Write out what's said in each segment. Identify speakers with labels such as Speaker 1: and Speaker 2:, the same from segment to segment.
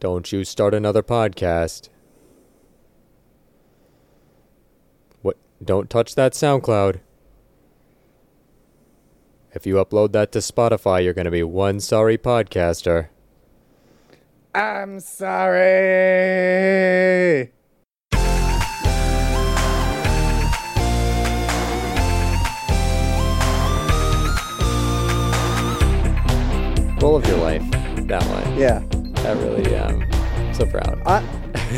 Speaker 1: Don't you start another podcast. What? Don't touch that SoundCloud. If you upload that to Spotify, you're going to be one sorry podcaster.
Speaker 2: I'm sorry.
Speaker 1: Full of your life. That one.
Speaker 2: Yeah.
Speaker 1: That really, um, so proud.
Speaker 2: I,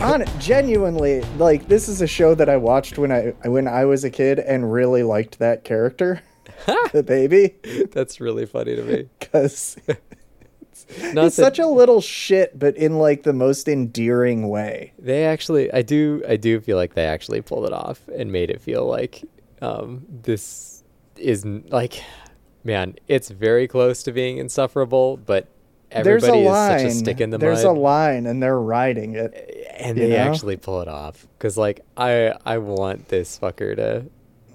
Speaker 2: on genuinely, like this is a show that I watched when I when I was a kid and really liked that character, the baby,
Speaker 1: That's really funny to me.
Speaker 2: because
Speaker 1: Not
Speaker 2: he's such a little shit, but in like the most endearing way.
Speaker 1: they actually i do i do feel like they actually pulled it off and made it feel like um this isn't like man it's very close to being insufferable but
Speaker 2: There's a
Speaker 1: everybody is
Speaker 2: line.
Speaker 1: such a stick in the
Speaker 2: There's
Speaker 1: mud
Speaker 2: a line, and they're riding it.
Speaker 1: and
Speaker 2: you
Speaker 1: they
Speaker 2: know?
Speaker 1: actually pull it off because like i i want this fucker to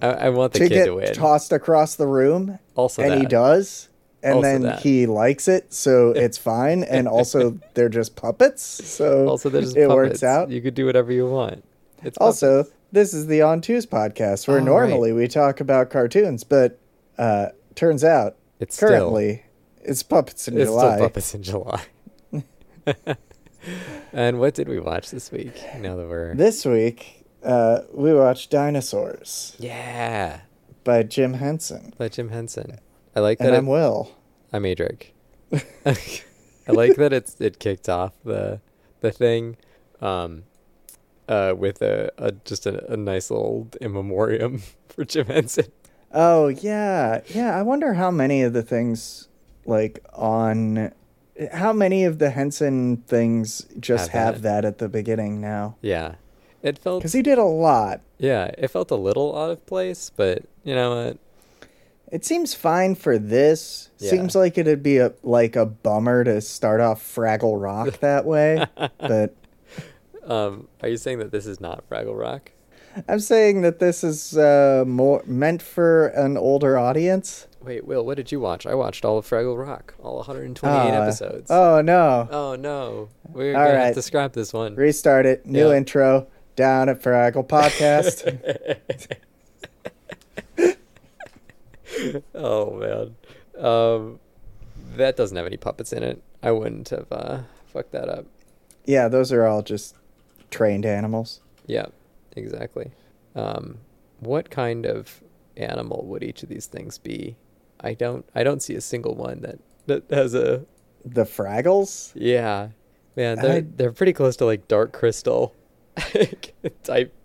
Speaker 1: i, I want the
Speaker 2: to
Speaker 1: kid
Speaker 2: get
Speaker 1: to win
Speaker 2: tossed across the room.
Speaker 1: Also
Speaker 2: and he
Speaker 1: that.
Speaker 2: does, and
Speaker 1: Also
Speaker 2: then
Speaker 1: that.
Speaker 2: he likes it, so it's fine. And also, they're just puppets, so
Speaker 1: also there's
Speaker 2: it
Speaker 1: puppets.
Speaker 2: works out.
Speaker 1: you could do whatever you want it's
Speaker 2: also, this is the On Twos podcast, where
Speaker 1: Oh, right.
Speaker 2: normally we talk about cartoons, but uh, turns out
Speaker 1: It's still-
Speaker 2: currently it's puppets in
Speaker 1: It's
Speaker 2: July.
Speaker 1: still Puppets in July. and what did we watch this week? Now that we're
Speaker 2: This week, uh, we watched Dinosaurs
Speaker 1: yeah,
Speaker 2: by Jim Henson,
Speaker 1: by Jim Henson. I like that.
Speaker 2: and
Speaker 1: It,
Speaker 2: I'm
Speaker 1: I'm,
Speaker 2: Will.
Speaker 1: Adric. I like that it's it kicked off the the thing, um, uh, with a, a just a, a nice little in memoriam for Jim Henson.
Speaker 2: Oh yeah, yeah. I wonder how many of the things like on how many of the Henson things just
Speaker 1: Have
Speaker 2: have,
Speaker 1: that.
Speaker 2: that at the beginning now
Speaker 1: Yeah, it felt
Speaker 2: because he did a lot.
Speaker 1: yeah it felt a little out of place, but you know what?
Speaker 2: It seems fine for this.
Speaker 1: Yeah.
Speaker 2: Seems like it'd be a like a bummer to start off Fraggle Rock that way, but
Speaker 1: Um, are you saying that this is not Fraggle Rock?
Speaker 2: I'm saying that this is uh, more meant for an older audience.
Speaker 1: Wait, Will, what did you watch? I watched all of Fraggle Rock, all 128
Speaker 2: Ah.
Speaker 1: episodes.
Speaker 2: Oh no!
Speaker 1: Oh, no, we're
Speaker 2: All
Speaker 1: gonna have
Speaker 2: right.
Speaker 1: to scrap this one.
Speaker 2: Restart it. New
Speaker 1: Yeah.
Speaker 2: intro. Down at Fraggle Podcast.
Speaker 1: oh man, um, that doesn't have any puppets in it. I wouldn't have uh, fucked that up.
Speaker 2: Yeah, those are all just trained animals.
Speaker 1: Yeah, exactly. Um, what kind of animal would each of these things be? I don't. I don't see a single one that that has a.
Speaker 2: The Fraggles?
Speaker 1: Yeah, man, they're
Speaker 2: I-
Speaker 1: they're pretty close to like dark crystal type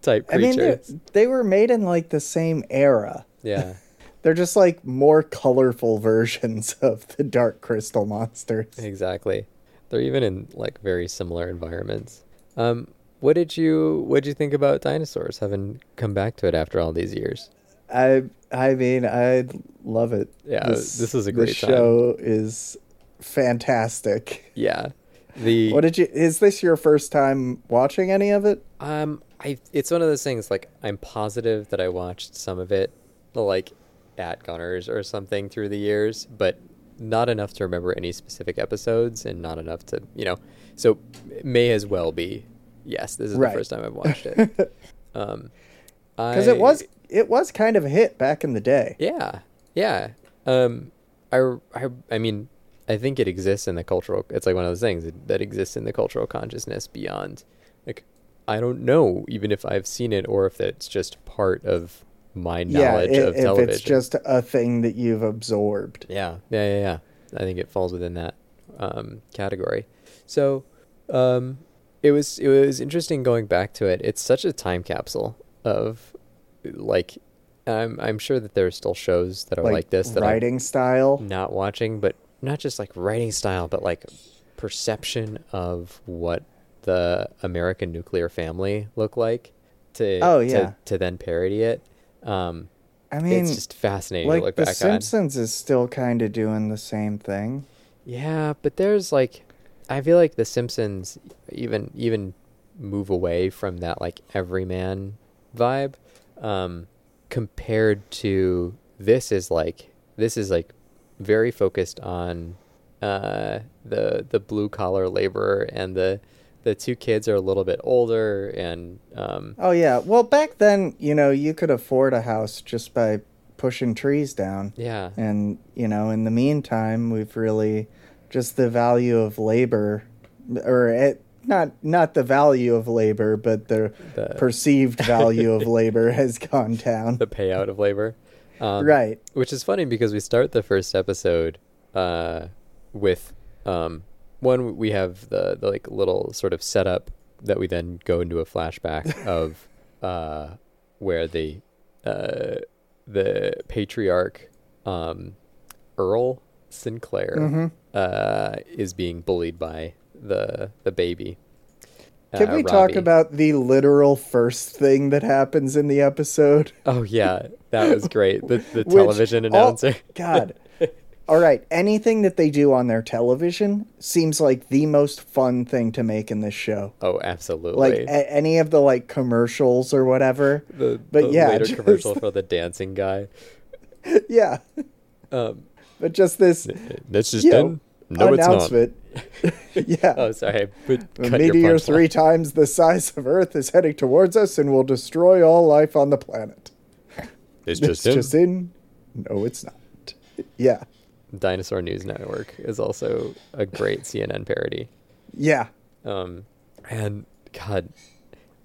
Speaker 1: type
Speaker 2: I mean, they're-
Speaker 1: creatures.
Speaker 2: they were made in like the same era.
Speaker 1: yeah,
Speaker 2: They're just like more colorful versions of the Dark Crystal monsters.
Speaker 1: exactly. They're even in like very similar environments. Um, what did you what did you think about dinosaurs having come back to it after all these years?
Speaker 2: I I mean, I love it.
Speaker 1: Yeah, this is a great
Speaker 2: this
Speaker 1: time.
Speaker 2: show is fantastic.
Speaker 1: Yeah, the
Speaker 2: What did you Is this your first time watching any of it?
Speaker 1: Um, I it's one of those things like I'm positive that I watched some of it like at Gunners or something through the years, but not enough to remember any specific episodes and not enough to, you know, so it may as well be yes, this is
Speaker 2: Right.
Speaker 1: the first time I've watched it. um
Speaker 2: Cuz it was it was kind of a hit back in the day.
Speaker 1: yeah. Yeah. Um I, I I mean, I think it exists in the cultural it's like one of those things that exists in the cultural consciousness beyond like I don't know even if I've seen it or if it's just part of my knowledge
Speaker 2: i-
Speaker 1: of television.
Speaker 2: if it's just a thing that you've absorbed.
Speaker 1: Yeah, yeah, yeah, yeah. I think it falls within that um, category. So um, it was it was interesting going back to it. It's such a time capsule of like I'm I'm sure that there are still shows that are like, this that I'm
Speaker 2: writing style.
Speaker 1: not watching, but not just like writing style, but like perception of what the American nuclear family look like to
Speaker 2: Oh,
Speaker 1: to-
Speaker 2: yeah.
Speaker 1: to, then parody it. Um,
Speaker 2: I mean,
Speaker 1: it's just fascinating
Speaker 2: like
Speaker 1: to look
Speaker 2: The
Speaker 1: back on.
Speaker 2: Simpsons is still kind of doing the same thing.
Speaker 1: Yeah, but there's like, I feel like The Simpsons even even move away from that like everyman vibe, um, compared to this is like this is like very focused on uh, the the blue collar laborer, and the the two kids are a little bit older, and um,
Speaker 2: Oh yeah. Well, back then, you know, you could afford a house just by pushing trees down.
Speaker 1: yeah,
Speaker 2: And, you know, in the meantime, we've really just the value of labor or it, not not the value of labor, but the,
Speaker 1: The-
Speaker 2: perceived value of labor has gone down.
Speaker 1: the payout of labor. Um,
Speaker 2: right.
Speaker 1: Which is funny because we start the first episode uh, with um, one. We have the, the like little sort of setup that we then go into a flashback of uh, where the uh, the patriarch um, Earl Sinclair
Speaker 2: Mm-hmm.
Speaker 1: uh, is being bullied by the the baby.
Speaker 2: Can
Speaker 1: uh,
Speaker 2: we talk
Speaker 1: Robbie.
Speaker 2: about the literal first thing that happens in the episode?
Speaker 1: Oh yeah, that was great. The the
Speaker 2: Which
Speaker 1: television
Speaker 2: all-
Speaker 1: announcer.
Speaker 2: God. All right. Anything that they do on their television seems like the most fun thing to make in this show.
Speaker 1: Oh, absolutely.
Speaker 2: Like a- any of the like commercials or whatever.
Speaker 1: the,
Speaker 2: But
Speaker 1: the
Speaker 2: yeah,
Speaker 1: later
Speaker 2: just-
Speaker 1: commercial for the dancing guy.
Speaker 2: yeah.
Speaker 1: Um,
Speaker 2: But just this
Speaker 1: that's just
Speaker 2: you
Speaker 1: done.
Speaker 2: know,
Speaker 1: No, it's not.
Speaker 2: announcement. yeah.
Speaker 1: Oh, sorry. But
Speaker 2: a
Speaker 1: cut your
Speaker 2: meteor
Speaker 1: punchline.
Speaker 2: three times the size of Earth is heading towards us and will destroy all life on the planet.
Speaker 1: It's
Speaker 2: It's
Speaker 1: just in.
Speaker 2: just in. No, it's not. Yeah.
Speaker 1: Dinosaur News Network is also a great CNN parody.
Speaker 2: Yeah.
Speaker 1: Um, and God,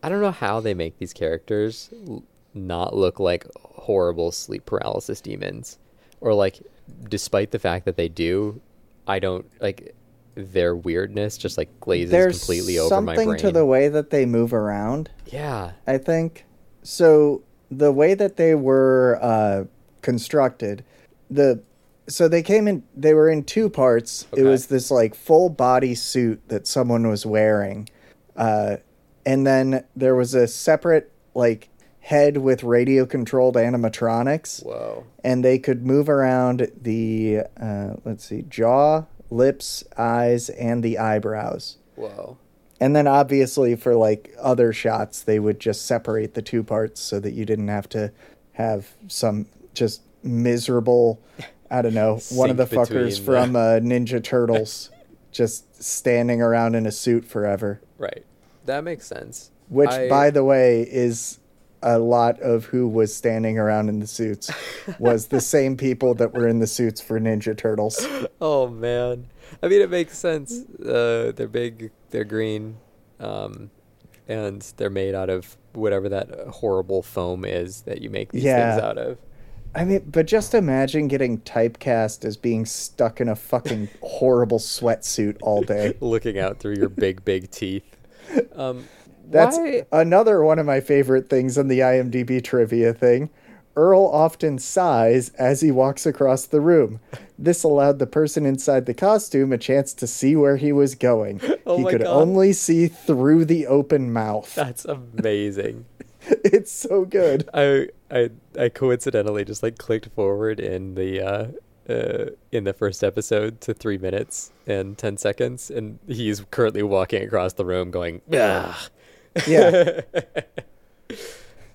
Speaker 1: I don't know how they make these characters l- not look like horrible sleep paralysis demons, or like, despite the fact that they do, I don't like their weirdness. Just like glazes
Speaker 2: There's
Speaker 1: completely over my
Speaker 2: something
Speaker 1: brain.
Speaker 2: to the way that they move around.
Speaker 1: yeah,
Speaker 2: I think. So the way that they were uh, constructed, the so they came in. They were in two parts.
Speaker 1: Okay.
Speaker 2: It was this like full body suit that someone was wearing, uh, and then there was a separate like head with radio controlled animatronics,
Speaker 1: whoa.
Speaker 2: and they could move around the uh, let's see jaw, lips, eyes, and the eyebrows.
Speaker 1: Whoa.
Speaker 2: And then obviously for like other shots, they would just separate the two parts so that you didn't have to have some just miserable, I don't know, one of the
Speaker 1: Sync
Speaker 2: fuckers
Speaker 1: between
Speaker 2: from
Speaker 1: the-
Speaker 2: uh, Ninja Turtles just standing around in a suit forever.
Speaker 1: Right. That makes sense.
Speaker 2: Which,
Speaker 1: I-
Speaker 2: by the way, is a lot of who was standing around in the suits was the same people that were in the suits for Ninja Turtles.
Speaker 1: Oh man. I mean it makes sense. Uh they're big, they're green, um and they're made out of whatever that horrible foam is that you make these
Speaker 2: Yeah.
Speaker 1: things out of.
Speaker 2: I mean, but just imagine getting typecast as being stuck in a fucking horrible sweatsuit all day.
Speaker 1: Looking out through your big, big teeth. Um
Speaker 2: That's
Speaker 1: why-
Speaker 2: another one of my favorite things in the IMDb trivia thing. Earl often sighs as he walks across the room. This allowed the person inside the costume a chance to see where he was going.
Speaker 1: Oh
Speaker 2: he
Speaker 1: my
Speaker 2: could
Speaker 1: God.
Speaker 2: only see through the open mouth.
Speaker 1: that's amazing.
Speaker 2: it's so good.
Speaker 1: I I I coincidentally just like clicked forward in the uh, uh in the first episode to three minutes and ten seconds, and he's currently walking across the room going, "Ah."
Speaker 2: Yeah.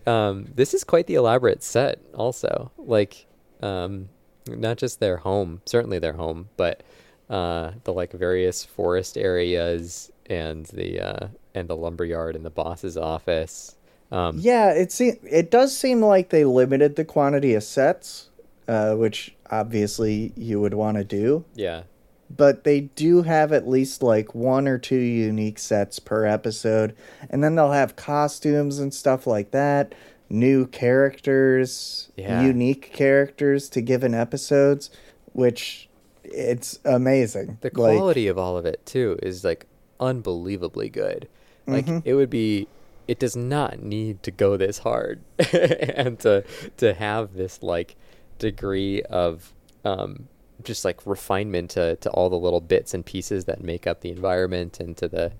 Speaker 1: um, this is quite the elaborate set, also. Like, um, not just their home, certainly their home, but uh, the like various forest areas and the uh, and the lumberyard and the boss's office. Um,
Speaker 2: Yeah, it seem it does seem like they limited the quantity of sets, uh, which obviously you would want to do.
Speaker 1: yeah.
Speaker 2: but they do have at least like one or two unique sets per episode and then they'll have costumes and stuff like that new characters
Speaker 1: Yeah.
Speaker 2: unique characters to given episodes which it's amazing
Speaker 1: the
Speaker 2: Like,
Speaker 1: quality of all of it too is like unbelievably good like
Speaker 2: Mm-hmm.
Speaker 1: it would be it does not need to go this hard and to to have this like degree of um just like refinement to to all the little bits and pieces that make up the environment and to the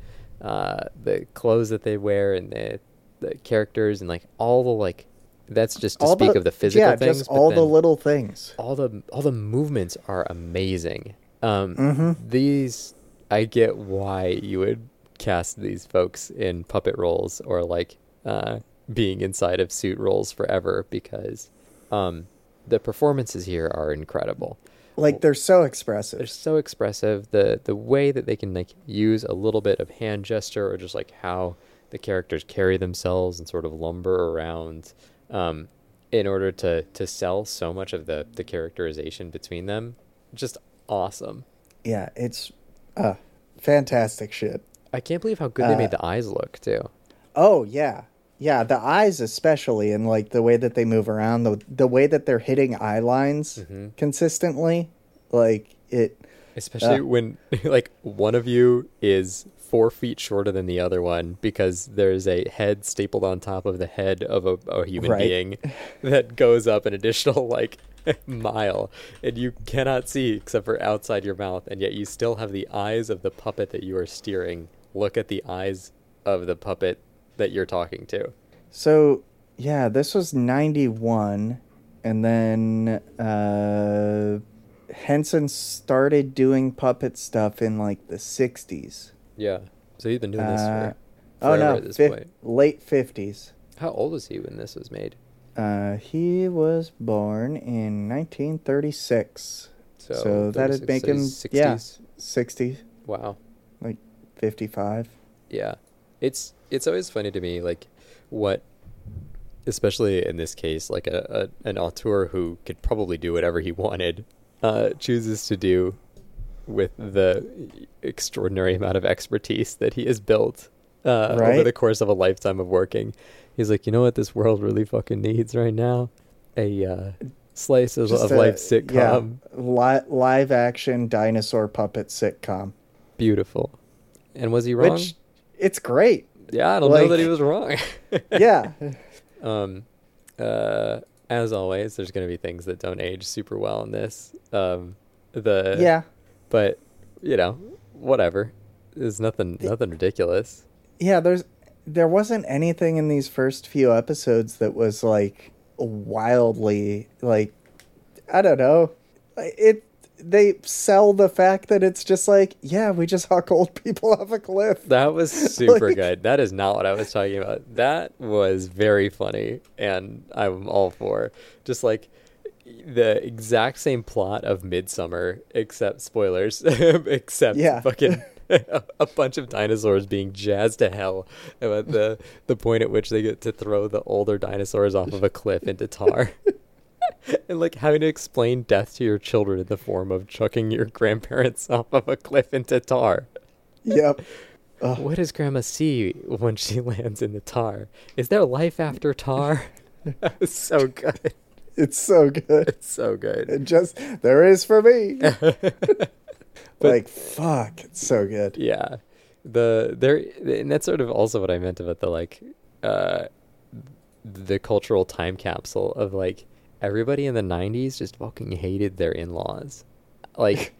Speaker 1: uh the clothes that they wear and the the characters and like all the like that's just to
Speaker 2: all
Speaker 1: speak of the physical
Speaker 2: yeah,
Speaker 1: things
Speaker 2: just
Speaker 1: but
Speaker 2: all the
Speaker 1: then-
Speaker 2: little things
Speaker 1: all the all the movements are amazing. Um,
Speaker 2: Mm-hmm.
Speaker 1: These I get why you would cast these folks in puppet roles or like uh, being inside of suit roles forever because um, the performances here are incredible.
Speaker 2: Like they're so expressive.
Speaker 1: They're so expressive. The the way that they can like use a little bit of hand gesture or just like how the characters carry themselves and sort of lumber around um, in order to to sell so much of the the characterization between them. Just awesome.
Speaker 2: yeah, it's uh fantastic shit.
Speaker 1: I can't believe how good they made the eyes look too.
Speaker 2: Oh yeah. Yeah, the eyes especially and like the way that they move around, the the way that they're hitting eye lines
Speaker 1: Mm-hmm.
Speaker 2: consistently, like it
Speaker 1: Especially
Speaker 2: Uh.
Speaker 1: when like one of you is four feet shorter than the other one because there's a head stapled on top of the head of a, a human
Speaker 2: Right.
Speaker 1: being that goes up an additional like mile and you cannot see except for outside your mouth and yet you still have the eyes of the puppet that you are steering look at the eyes of the puppet that you're talking to
Speaker 2: So yeah, this was ninety one, and then uh, Henson started doing puppet stuff in like the sixties.
Speaker 1: yeah so he's been doing this
Speaker 2: Uh,
Speaker 1: for
Speaker 2: oh
Speaker 1: forever
Speaker 2: no,
Speaker 1: at this
Speaker 2: fif-
Speaker 1: point
Speaker 2: late fifties.
Speaker 1: how old was he when this was made
Speaker 2: Uh, he was born in nineteen thirty six.
Speaker 1: so,
Speaker 2: So, that'd
Speaker 1: 36,
Speaker 2: make
Speaker 1: so
Speaker 2: him
Speaker 1: he's
Speaker 2: yeah
Speaker 1: 60s?
Speaker 2: sixty,
Speaker 1: wow
Speaker 2: like fifty five.
Speaker 1: Yeah. It's it's always funny to me like what especially in this case like a, a an auteur who could probably do whatever he wanted uh chooses to do with the extraordinary amount of expertise that he has built uh over
Speaker 2: Right.
Speaker 1: the course of a lifetime of working. He's like, "You know what this world really fucking needs right now? A uh slice of, of life sitcom.
Speaker 2: li- live action dinosaur puppet sitcom.
Speaker 1: Beautiful." And was he wrong?
Speaker 2: Which it's great.
Speaker 1: yeah, I don't know
Speaker 2: like-
Speaker 1: that he was wrong.
Speaker 2: Yeah.
Speaker 1: Um, uh, as always, there's going to be things that don't age super well in this. Um, the
Speaker 2: yeah.
Speaker 1: but you know, whatever. There's nothing nothing ridiculous.
Speaker 2: yeah there's there wasn't anything in these first few episodes that was like wildly like i don't know it they sell the fact that it's just like yeah we just huck old people off a cliff
Speaker 1: That was super
Speaker 2: Like-
Speaker 1: good. That is not what I was talking about. That was very funny, and I'm all for just like the exact same plot of Midsummer, except spoilers, except
Speaker 2: Yeah.
Speaker 1: fucking a bunch of dinosaurs being jazzed to hell about the the point at which they get to throw the older dinosaurs off of a cliff into tar. And like having to explain death to your children in the form of chucking your grandparents off of a cliff into tar.
Speaker 2: yep Oh,
Speaker 1: What does Grandma see when she lands in the tar? Is there life after tar? so good.
Speaker 2: it's so good
Speaker 1: So good.
Speaker 2: it just there is for me like fuck it's so good
Speaker 1: Yeah. The there and that's sort of also what I meant about the like uh the cultural time capsule of like everybody in the 90s just fucking hated their in-laws. Like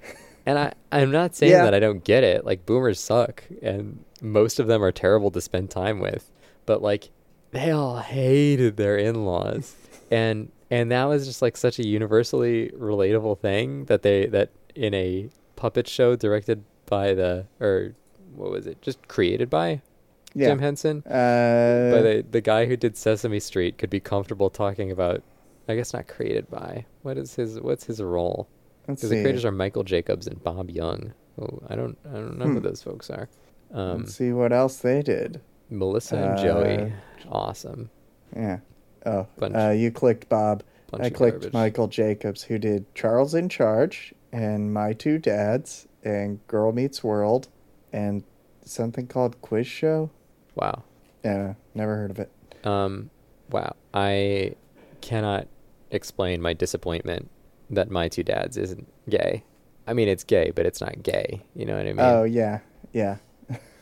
Speaker 1: and I I'm not saying
Speaker 2: Yeah.
Speaker 1: that I don't get it. Like boomers suck and most of them are terrible to spend time with, but like they all hated their in-laws. And and that was just like such a universally relatable thing that they that in a puppet show directed by the or what was it? Just created by
Speaker 2: yeah
Speaker 1: Jim Henson
Speaker 2: uh
Speaker 1: but the, the guy who did Sesame Street could be comfortable talking about, I guess not created by. What is his What's his role?
Speaker 2: let's
Speaker 1: Because the creators
Speaker 2: see.
Speaker 1: are Michael Jacobs and Bob Young. Oh, I don't I don't know who those folks are. Um,
Speaker 2: Hmm. let's see Uh, what else they did
Speaker 1: Melissa and Joey, awesome.
Speaker 2: Yeah. Oh,
Speaker 1: Bunch-
Speaker 2: uh, you clicked Bob.
Speaker 1: bunch
Speaker 2: I
Speaker 1: of
Speaker 2: clicked
Speaker 1: garbage.
Speaker 2: Michael Jacobs, who did Charles in Charge and My Two Dads and Girl Meets World and something called Quiz Show.
Speaker 1: Wow.
Speaker 2: Yeah, never heard of it.
Speaker 1: Um, wow. I cannot explain my disappointment that my two dads isn't gay. I mean, it's gay, but it's not gay. You know what I mean?
Speaker 2: Oh yeah, yeah.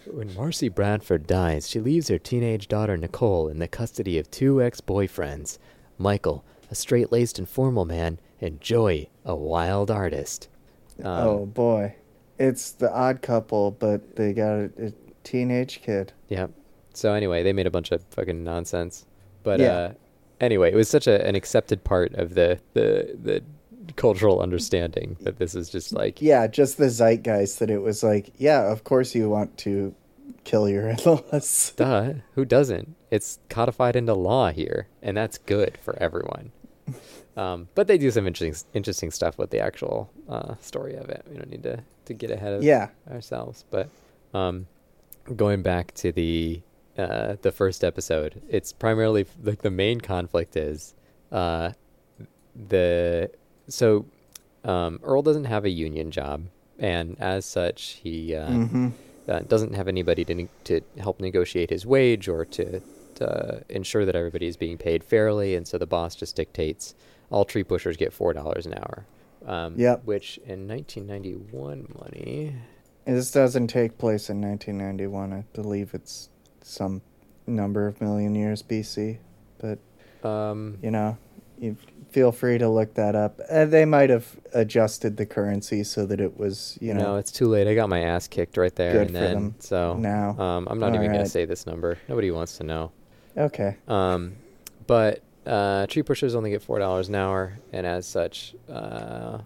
Speaker 1: When Marcy Bradford dies, she leaves her teenage daughter Nicole in the custody of two ex boyfriends Michael, a straight laced and formal man, and Joey, a wild artist. Um,
Speaker 2: oh boy, it's the Odd Couple, but they got a, a teenage kid.
Speaker 1: Yeah. So, anyway, they made a bunch of fucking nonsense. But
Speaker 2: Yeah.
Speaker 1: uh, anyway, it was such a, an accepted part of the, the, the cultural understanding that this is just like,
Speaker 2: Yeah, just the zeitgeist that it was like, yeah, of course you want to kill your in-laws.
Speaker 1: duh, who doesn't? It's codified into law here, and that's good for everyone. Um, but they do some interesting interesting stuff with the actual uh, story of it. We don't need to, to get ahead of
Speaker 2: Yeah.
Speaker 1: ourselves. But um, going back to the uh, the first episode, it's primarily like the main conflict is uh, the so um, Earl doesn't have a union job, and as such, he uh,
Speaker 2: Mhm.
Speaker 1: uh, doesn't have anybody to, ne- to help negotiate his wage or to, to ensure that everybody is being paid fairly. And so the boss just dictates all tree pushers get $4 an hour. Um,
Speaker 2: Yep.
Speaker 1: Which in 1991 money,
Speaker 2: And this doesn't take place in 1991. I believe it's some number of million years BC. But,
Speaker 1: um,
Speaker 2: you know, you feel free to look that up. Uh, they might have adjusted the currency so that it was, you
Speaker 1: no,
Speaker 2: know,
Speaker 1: it's too late. I got my ass kicked right there
Speaker 2: Good
Speaker 1: and
Speaker 2: for
Speaker 1: then.
Speaker 2: them.
Speaker 1: So
Speaker 2: Now.
Speaker 1: um, I'm not
Speaker 2: All
Speaker 1: even going
Speaker 2: right.
Speaker 1: to say this number. Nobody wants to know.
Speaker 2: okay.
Speaker 1: Um, but uh, tree pushers only get four dollars an hour, and as such, uh,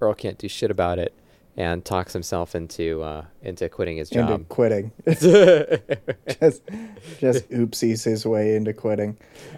Speaker 1: Earl can't do shit about it, and talks himself into uh, into quitting his
Speaker 2: Into
Speaker 1: job.
Speaker 2: quitting. just just oopsies his way into quitting.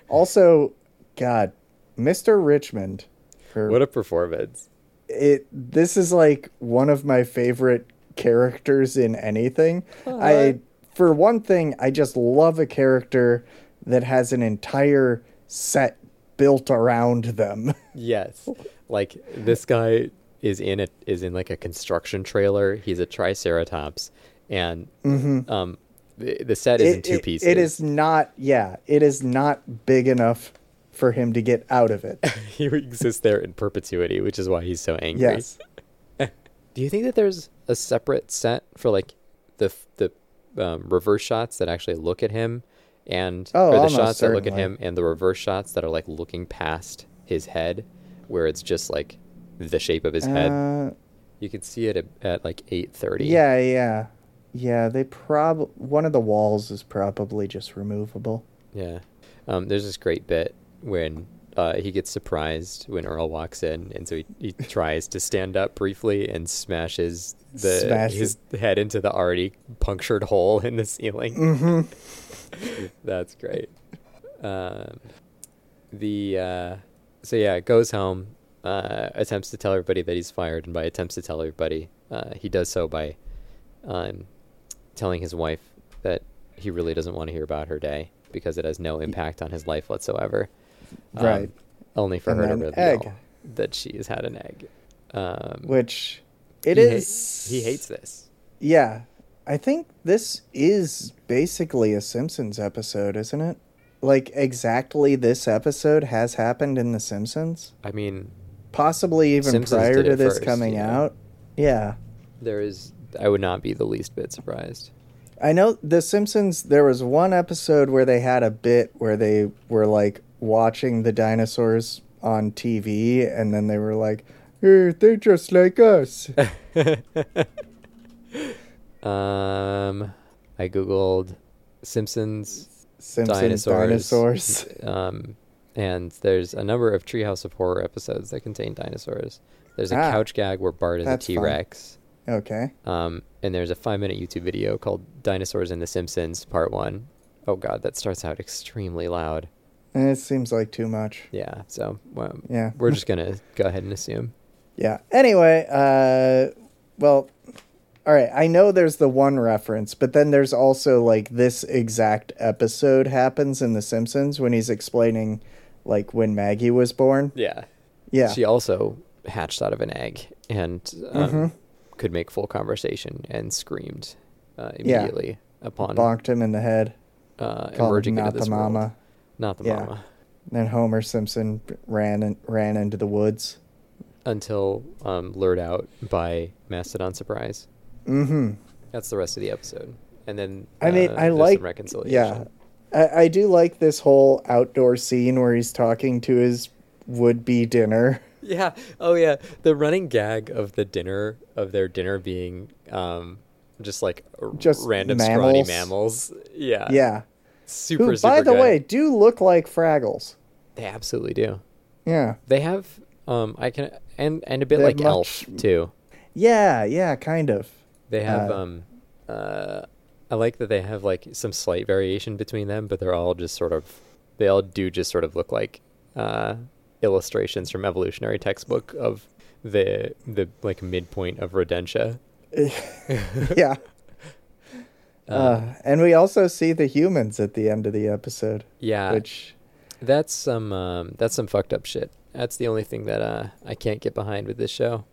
Speaker 2: Also, God, Mr. Richmond. For
Speaker 1: what a performance!
Speaker 2: it, this is like one of my favorite characters in anything. I,
Speaker 1: Alright.
Speaker 2: for one thing, I just love a character that has an entire set built around them.
Speaker 1: Yes, like this guy is in a is in like a construction trailer. He's a triceratops, and um, the, the set is in
Speaker 2: Mm-hmm. It-
Speaker 1: two
Speaker 2: it-
Speaker 1: pieces.
Speaker 2: It is not. Yeah, it is not big enough for him to get out of it.
Speaker 1: he exists there in perpetuity, which is why he's so angry.
Speaker 2: Yes.
Speaker 1: Do you think that there's a separate set for like the f- the um, reverse shots that actually look at him, and
Speaker 2: Oh,
Speaker 1: or the
Speaker 2: almost
Speaker 1: shots that look at him
Speaker 2: certainly.
Speaker 1: and the reverse shots that are like looking past his head, where it's just like the shape of his head.
Speaker 2: Uh,
Speaker 1: You can see it at, at like eight thirty.
Speaker 2: yeah, yeah, yeah. They prob one of the walls is probably just removable.
Speaker 1: yeah. Um, there's this great bit when. Uh, he gets surprised when Earl walks in, and so he, he tries to stand up briefly and smashes the
Speaker 2: Smashes.
Speaker 1: his head into the already punctured hole in the ceiling.
Speaker 2: Mm-hmm.
Speaker 1: That's great. Um, the uh, so yeah, goes home, uh, attempts to tell everybody that he's fired, and by attempts to tell everybody, uh, he does so by um, telling his wife that he really doesn't want to hear about her day because it has no impact on his life whatsoever. Um,
Speaker 2: Right.
Speaker 1: only for
Speaker 2: And
Speaker 1: her to
Speaker 2: then
Speaker 1: really
Speaker 2: egg.
Speaker 1: know that she has had an egg. Um,
Speaker 2: Which it
Speaker 1: he ha-
Speaker 2: is.
Speaker 1: he hates this.
Speaker 2: Yeah. I think this is basically a Simpsons episode, isn't it? Like, exactly this episode has happened in The Simpsons.
Speaker 1: I mean,
Speaker 2: Possibly even
Speaker 1: Simpsons
Speaker 2: prior
Speaker 1: did
Speaker 2: to
Speaker 1: it
Speaker 2: this
Speaker 1: first,
Speaker 2: coming
Speaker 1: yeah.
Speaker 2: out. Yeah.
Speaker 1: there is. I would not be the least bit surprised.
Speaker 2: I know The Simpsons, there was one episode where they had a bit where they were like watching the dinosaurs on TV, and then they were like, "Eh, they're just like us.
Speaker 1: Um, I googled Simpsons,
Speaker 2: Simpsons
Speaker 1: Dinosaurs.
Speaker 2: dinosaurs.
Speaker 1: um, and there's a number of Treehouse of Horror episodes that contain dinosaurs. There's a
Speaker 2: Ah,
Speaker 1: couch gag where Bart is a
Speaker 2: that's fun.
Speaker 1: T Rex.
Speaker 2: Okay.
Speaker 1: Um, and there's a five minute YouTube video called Dinosaurs and the Simpsons Part One. Oh God, that starts out extremely loud.
Speaker 2: And Eh, it seems like too much.
Speaker 1: Yeah, so well,
Speaker 2: Yeah.
Speaker 1: we're just gonna go ahead and assume.
Speaker 2: Yeah. Anyway, uh, well, all right. I know there's the one reference, but then there's also like this exact episode happens in The Simpsons when he's explaining like when Maggie was born.
Speaker 1: Yeah,
Speaker 2: Yeah.
Speaker 1: She uh, also hatched out of an egg and um,
Speaker 2: Mm-hmm.
Speaker 1: could make full conversation and screamed uh, immediately upon
Speaker 2: Bonked him in the head.
Speaker 1: uh,
Speaker 2: Called
Speaker 1: emerging
Speaker 2: him
Speaker 1: into
Speaker 2: not
Speaker 1: this
Speaker 2: the
Speaker 1: world.
Speaker 2: mama.
Speaker 1: Not the
Speaker 2: Yeah.
Speaker 1: mama.
Speaker 2: Then Homer Simpson ran and ran into the woods.
Speaker 1: Until um, lured out by Mastodon Surprise.
Speaker 2: Mm-hmm.
Speaker 1: That's the rest of the episode. And then
Speaker 2: I mean,
Speaker 1: uh,
Speaker 2: I
Speaker 1: there's some
Speaker 2: like
Speaker 1: reconciliation.
Speaker 2: Yeah, I, I do like this whole outdoor scene where he's talking to his would-be dinner.
Speaker 1: Yeah. Oh yeah. The running gag of the dinner of their dinner being um, just like r-
Speaker 2: Just
Speaker 1: random scrawny
Speaker 2: mammals.
Speaker 1: mammals. Yeah.
Speaker 2: Yeah,
Speaker 1: Super.
Speaker 2: who,
Speaker 1: super
Speaker 2: by the
Speaker 1: good.
Speaker 2: way, do look like Fraggles.
Speaker 1: they absolutely do.
Speaker 2: Yeah,
Speaker 1: They have um I can and and a bit
Speaker 2: They have
Speaker 1: like Elf too.
Speaker 2: yeah, yeah, kind of.
Speaker 1: They have
Speaker 2: Uh,
Speaker 1: um uh I like that they have like some slight variation between them, but they're all just sort of they all do just sort of look like uh illustrations from evolutionary textbook of the the like midpoint of Rodentia.
Speaker 2: yeah.
Speaker 1: Um,
Speaker 2: uh, and we also see the humans at the end of the episode,
Speaker 1: Yeah,
Speaker 2: which
Speaker 1: that's some um, that's some fucked up shit. That's the only thing that uh, I can't get behind with this show.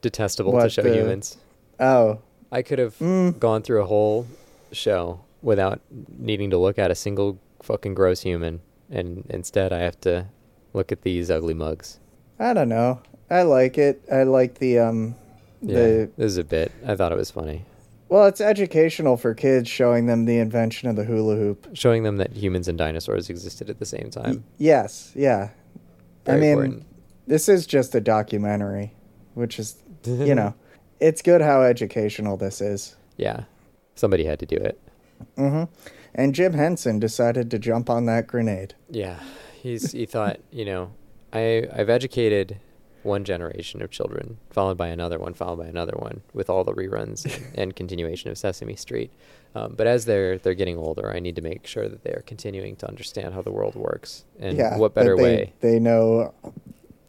Speaker 1: Detestable to
Speaker 2: What
Speaker 1: show
Speaker 2: the-
Speaker 1: humans.
Speaker 2: oh
Speaker 1: I could have
Speaker 2: Mm.
Speaker 1: gone through a whole show without needing to look at a single fucking gross human, and instead I have to look at these ugly mugs.
Speaker 2: I don't know. I like it. I like the um
Speaker 1: Yeah,
Speaker 2: the
Speaker 1: this is a bit. I thought it was funny,
Speaker 2: well, it's educational for kids showing them the invention of the hula hoop.
Speaker 1: showing them that humans and dinosaurs existed at the same time.
Speaker 2: Yes, yeah.
Speaker 1: Very
Speaker 2: I mean,
Speaker 1: important.
Speaker 2: this is just a documentary, which is you know, it's good how educational this is.
Speaker 1: yeah, somebody had to do it.
Speaker 2: hmm And Jim Henson decided to jump on that grenade.
Speaker 1: Yeah, he's he thought you know, I I've educated one generation of children, followed by another one, followed by another one, with all the reruns and, and continuation of Sesame Street. Um, but as they're they're getting older, I need to make sure that they are continuing to understand how the world works, and
Speaker 2: yeah,
Speaker 1: what
Speaker 2: that
Speaker 1: better
Speaker 2: they,
Speaker 1: way?
Speaker 2: They know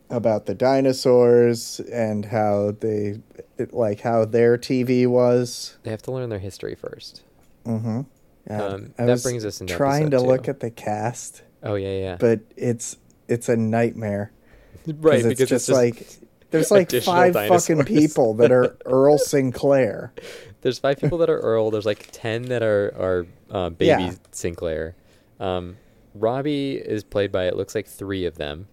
Speaker 2: about the dinosaurs and how they like how their TV was.
Speaker 1: They have to learn their history first.
Speaker 2: Mm-hmm.
Speaker 1: Um, that brings us into
Speaker 2: trying to
Speaker 1: episode
Speaker 2: look
Speaker 1: two.
Speaker 2: at the cast,
Speaker 1: Oh yeah, yeah.
Speaker 2: but it's it's a nightmare.
Speaker 1: right,
Speaker 2: it's
Speaker 1: because it's
Speaker 2: just
Speaker 1: just-
Speaker 2: like there's like
Speaker 1: additional
Speaker 2: five fucking
Speaker 1: dinosaurs.
Speaker 2: people that are Earl Sinclair.
Speaker 1: There's five people that are Earl. There's like ten that are are uh, baby
Speaker 2: Yeah.
Speaker 1: Sinclair. Um, Robbie is played by it looks like three of them.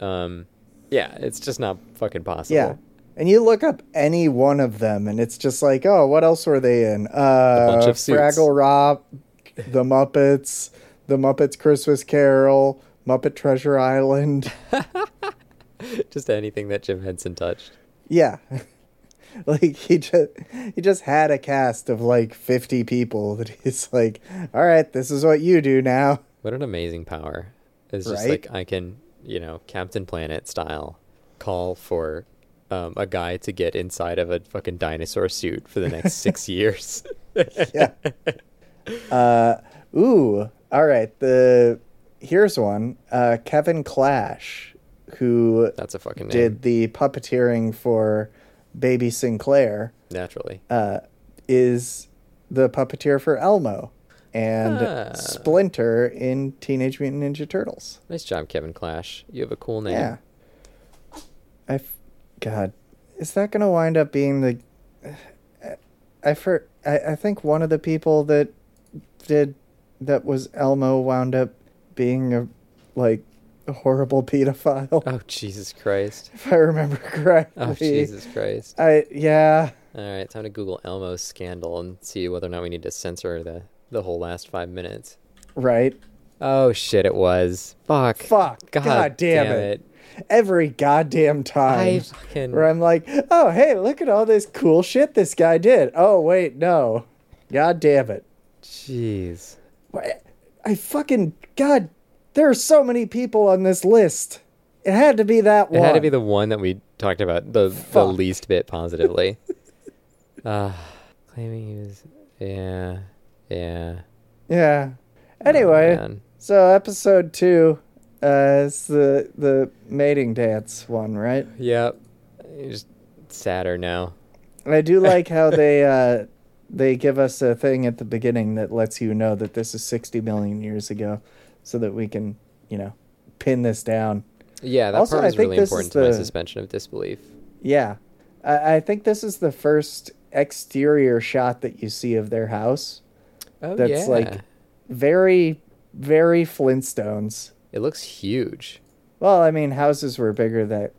Speaker 1: Um, yeah, it's just not fucking possible.
Speaker 2: Yeah. And you look up any one of them, and it's just like, oh, what else were they in? Uh,
Speaker 1: bunch of suits.
Speaker 2: Fraggle Rock, The Muppets, The Muppets Christmas Carol, Muppet Treasure Island.
Speaker 1: just anything that Jim Henson touched.
Speaker 2: Yeah. like he just he just had a cast of like 50 people that he's like, "All right, this is what you do now."
Speaker 1: What an amazing power! It's just
Speaker 2: Right?
Speaker 1: like I can, you know, Captain Planet style, call for um, a guy to get inside of a fucking dinosaur suit for the next six years.
Speaker 2: Yeah. uh ooh, all right. The here's one. Uh Kevin Clash who
Speaker 1: That's a fucking name.
Speaker 2: did the puppeteering for Baby Sinclair
Speaker 1: naturally.
Speaker 2: uh, is the puppeteer for Elmo and
Speaker 1: Ah.
Speaker 2: Splinter in Teenage Mutant Ninja Turtles.
Speaker 1: Nice job, Kevin Clash. You have a cool name.
Speaker 2: Yeah. I, f- God, is that going to wind up being the? I for I, I think one of the people that did that was Elmo wound up being a like a horrible pedophile.
Speaker 1: Oh Jesus Christ!
Speaker 2: if I remember correctly.
Speaker 1: Oh Jesus Christ!
Speaker 2: I yeah.
Speaker 1: All right, time to Google Elmo scandal and see whether or not we need to censor the the whole last five minutes.
Speaker 2: Right.
Speaker 1: Oh shit! It was fuck.
Speaker 2: Fuck. God, damn, it. Every goddamn
Speaker 1: I
Speaker 2: time.
Speaker 1: fucking
Speaker 2: Where I'm like, oh hey, look at all this cool shit this guy did. Oh wait, no. God damn it.
Speaker 1: jeez.
Speaker 2: Why- I fucking God. There are so many people on this list. It had to be that
Speaker 1: It
Speaker 2: one.
Speaker 1: had to be the one that we talked about the the
Speaker 2: Fuck.
Speaker 1: least bit positively. uh, claiming he was yeah yeah. Oh,
Speaker 2: yeah. Anyway,
Speaker 1: man.
Speaker 2: so episode two uh, is the the mating dance one, right?
Speaker 1: Yep. You're just sadder now.
Speaker 2: I do like how they uh, they give us a thing at the beginning that lets you know that this is 60 million years ago, so that we can you know pin this down.
Speaker 1: Yeah, that
Speaker 2: Also,
Speaker 1: part
Speaker 2: I
Speaker 1: was
Speaker 2: think
Speaker 1: really
Speaker 2: this is
Speaker 1: important to my
Speaker 2: the-
Speaker 1: suspension of disbelief.
Speaker 2: Yeah, I, I think this is the first exterior shot that you see of their house.
Speaker 1: Oh
Speaker 2: That's
Speaker 1: yeah.
Speaker 2: like very very Flintstones.
Speaker 1: It looks huge.
Speaker 2: Well, I mean, houses were bigger that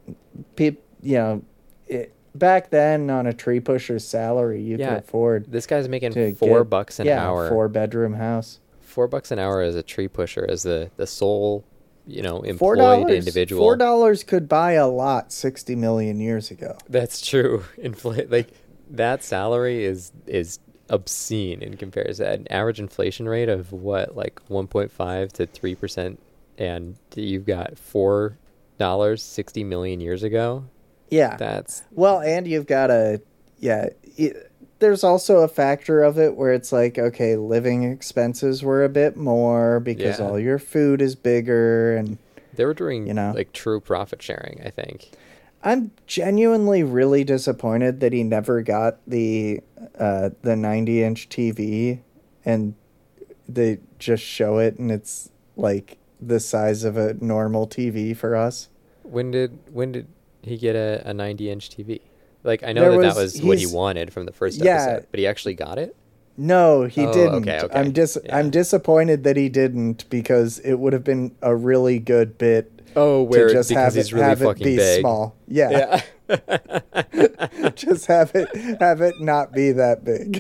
Speaker 2: peop you know, it, back then on a tree pusher's salary, you
Speaker 1: Yeah,
Speaker 2: could afford
Speaker 1: This guy's making
Speaker 2: to
Speaker 1: four
Speaker 2: get,
Speaker 1: bucks an
Speaker 2: yeah,
Speaker 1: hour.
Speaker 2: four bedroom house.
Speaker 1: Four bucks an hour as a tree pusher, as the the sole, you know,
Speaker 2: Four
Speaker 1: employed
Speaker 2: dollars.
Speaker 1: individual.
Speaker 2: Four dollars could buy a lot sixty million years ago.
Speaker 1: That's true. Infl- like that salary is is obscene in comparison. An average inflation rate of what, like one point five to three percent, and you've got four dollars sixty million years ago.
Speaker 2: Yeah.
Speaker 1: That's
Speaker 2: Well, and you've got a yeah. It, there's also a factor of it where it's like okay, living expenses were a bit more because
Speaker 1: Yeah.
Speaker 2: all your food is bigger and
Speaker 1: They were doing
Speaker 2: You know?
Speaker 1: like true profit sharing, I think.
Speaker 2: I'm genuinely really disappointed that he never got the uh, the 90 inch TV, and they just show it, and it's like the size of a normal TV for us.
Speaker 1: When did when did he get a, a 90 inch TV? Like I know
Speaker 2: There
Speaker 1: that that
Speaker 2: was-
Speaker 1: was what he
Speaker 2: he's-
Speaker 1: wanted from the first
Speaker 2: Yeah.
Speaker 1: episode, but he actually got it.
Speaker 2: No, he
Speaker 1: Oh,
Speaker 2: didn't.
Speaker 1: okay, okay.
Speaker 2: I'm dis
Speaker 1: Yeah.
Speaker 2: I'm disappointed that he didn't because it would have been a really good bit
Speaker 1: Oh, where
Speaker 2: to just
Speaker 1: because
Speaker 2: have
Speaker 1: he's
Speaker 2: it,
Speaker 1: really
Speaker 2: have
Speaker 1: fucking
Speaker 2: it be
Speaker 1: big.
Speaker 2: small. Yeah.
Speaker 1: Yeah,
Speaker 2: just have it have it not be that big.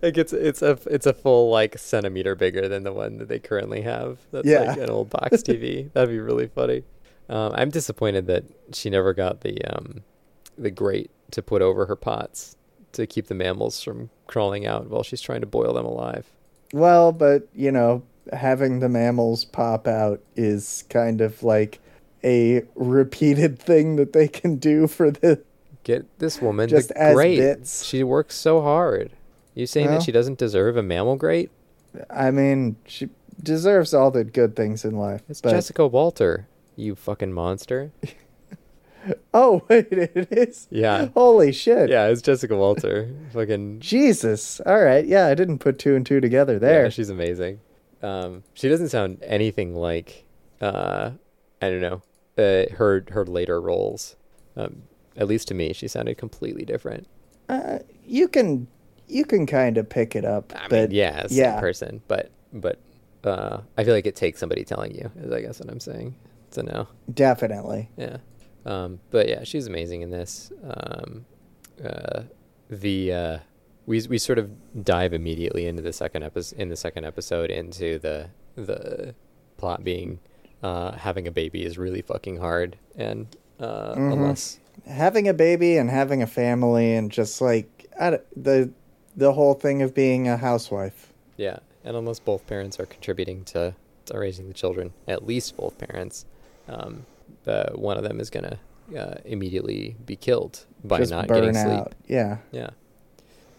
Speaker 1: like it's it's a it's a full like centimeter bigger than the one that they currently have. That's like
Speaker 2: Yeah.
Speaker 1: an old box TV. That'd be really funny. Um, I'm disappointed that she never got the um, the grate to put over her pots to keep the mammals from crawling out while she's trying to boil them alive.
Speaker 2: Well, but you know, having the mammals pop out is kind of like a repeated thing that they can do for the
Speaker 1: Get this woman
Speaker 2: Just
Speaker 1: the
Speaker 2: as
Speaker 1: grate.
Speaker 2: bits.
Speaker 1: She works so hard. You saying
Speaker 2: Well.
Speaker 1: that she doesn't deserve a mammal grate?
Speaker 2: I mean, she deserves all the good things in life.
Speaker 1: It's
Speaker 2: but
Speaker 1: Jessica Walter. You fucking monster.
Speaker 2: Oh, wait, it is.
Speaker 1: Yeah.
Speaker 2: Holy shit.
Speaker 1: yeah, it's Jessica Walter. fucking
Speaker 2: Jesus. All right. Yeah, I didn't put two and two together
Speaker 1: Yeah,
Speaker 2: there.
Speaker 1: she's amazing. Um, she doesn't sound anything like uh, I don't know uh, her her later roles. Um, at least to me, she sounded completely different.
Speaker 2: uh, you can you can kind of pick it up.
Speaker 1: I
Speaker 2: but
Speaker 1: mean, yeah, it's
Speaker 2: yeah.
Speaker 1: in person, but but uh, I feel like it takes somebody telling you. Is I guess what I'm saying. It's a no.
Speaker 2: Definitely.
Speaker 1: Yeah. Um, but yeah, she's amazing in this. Um, uh, the uh, we we sort of dive immediately into the second episode in the second episode into the the plot being uh, having a baby is really fucking hard and uh,
Speaker 2: Mhm.
Speaker 1: unless
Speaker 2: having a baby and having a family and just like I d the the whole thing of being a housewife.
Speaker 1: yeah and unless both parents are contributing to, to raising the children at least both parents um, uh, one of them is gonna uh, immediately be killed by
Speaker 2: just
Speaker 1: not
Speaker 2: burn
Speaker 1: getting sleep
Speaker 2: out. Yeah.
Speaker 1: Yeah.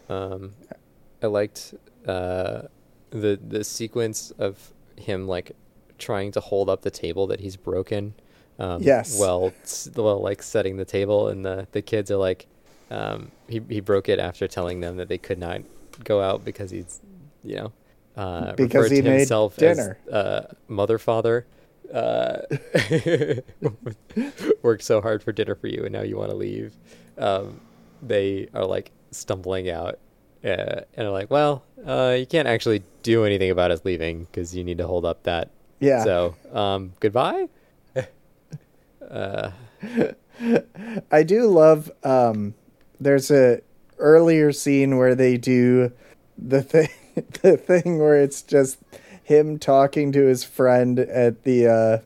Speaker 1: Um, I liked uh, the the sequence of him like trying to hold up the table that he's broken. Um,
Speaker 2: Yes.
Speaker 1: While s- while like setting the table, and the the kids are like, um, he he broke it after telling them that they could not go out because he's, you know, uh,
Speaker 2: Because
Speaker 1: referred
Speaker 2: he
Speaker 1: to
Speaker 2: made
Speaker 1: himself
Speaker 2: dinner.
Speaker 1: as uh, mother father. Uh, worked so hard for dinner for you, and now you want to leave. Um, they are like stumbling out, uh, and are like, "Well, uh, you can't actually do anything about us leaving because you need to hold up that."
Speaker 2: Yeah.
Speaker 1: So, um, goodbye. uh,
Speaker 2: I do love um there's a earlier scene where they do the thing the thing where it's just him talking to his friend at the uh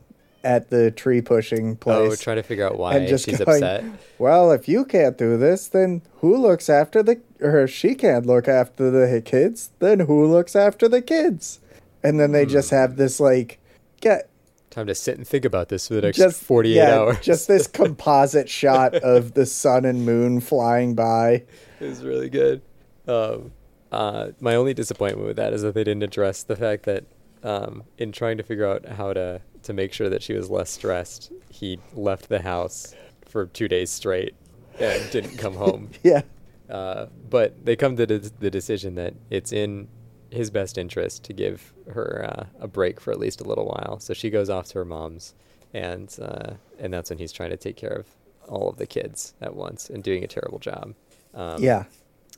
Speaker 2: at the tree pushing place.
Speaker 1: oh, trying to figure out why
Speaker 2: and just
Speaker 1: she's
Speaker 2: going,
Speaker 1: upset.
Speaker 2: Well, if you can't do this, then who looks after the or if she can't look after the kids, then who looks after the kids? And then they just
Speaker 1: Hmm.
Speaker 2: have this like get
Speaker 1: Time to sit and think about this for the next
Speaker 2: just
Speaker 1: forty-eight
Speaker 2: yeah,
Speaker 1: hours.
Speaker 2: just this composite shot of the sun and moon flying by.
Speaker 1: It was really good. Um, uh, my only disappointment with that is that they didn't address the fact that um, in trying to figure out how to to make sure that she was less stressed, he left the house for two days straight and didn't come home.
Speaker 2: Yeah.
Speaker 1: Uh, but they come to the, the decision that it's in his best interest to give her uh, a break for at least a little while. So she goes off to her mom's, and uh, and that's when he's trying to take care of all of the kids at once and doing a terrible job. Um,
Speaker 2: Yeah.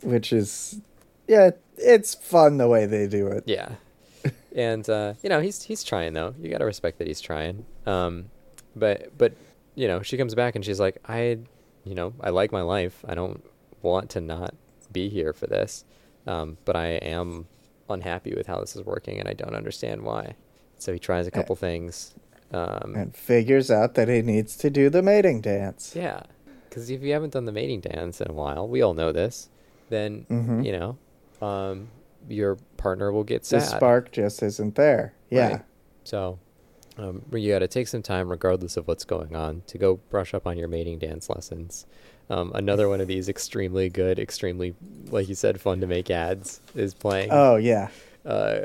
Speaker 2: Which is yeah, it's fun the way they do it.
Speaker 1: Yeah. and uh, you know, he's he's trying though. You gotta respect that he's trying. Um but but you know, she comes back and she's like, I you know, I like my life. I don't want to not be here for this. Um, but I am unhappy with how this is working and I don't understand why. So he tries a couple things. Um
Speaker 2: And figures out that he needs to do the mating dance.
Speaker 1: yeah. Because if you haven't done the mating dance in a while, we all know this, then,
Speaker 2: Mhm.
Speaker 1: you know, um, your partner will get
Speaker 2: The
Speaker 1: sad.
Speaker 2: spark just isn't there. Yeah.
Speaker 1: Right. So um, you got to take some time, regardless of what's going on, to go brush up on your mating dance lessons. Um, another one of these extremely good, extremely, like you said, fun to make ads is playing,
Speaker 2: Oh yeah.
Speaker 1: uh,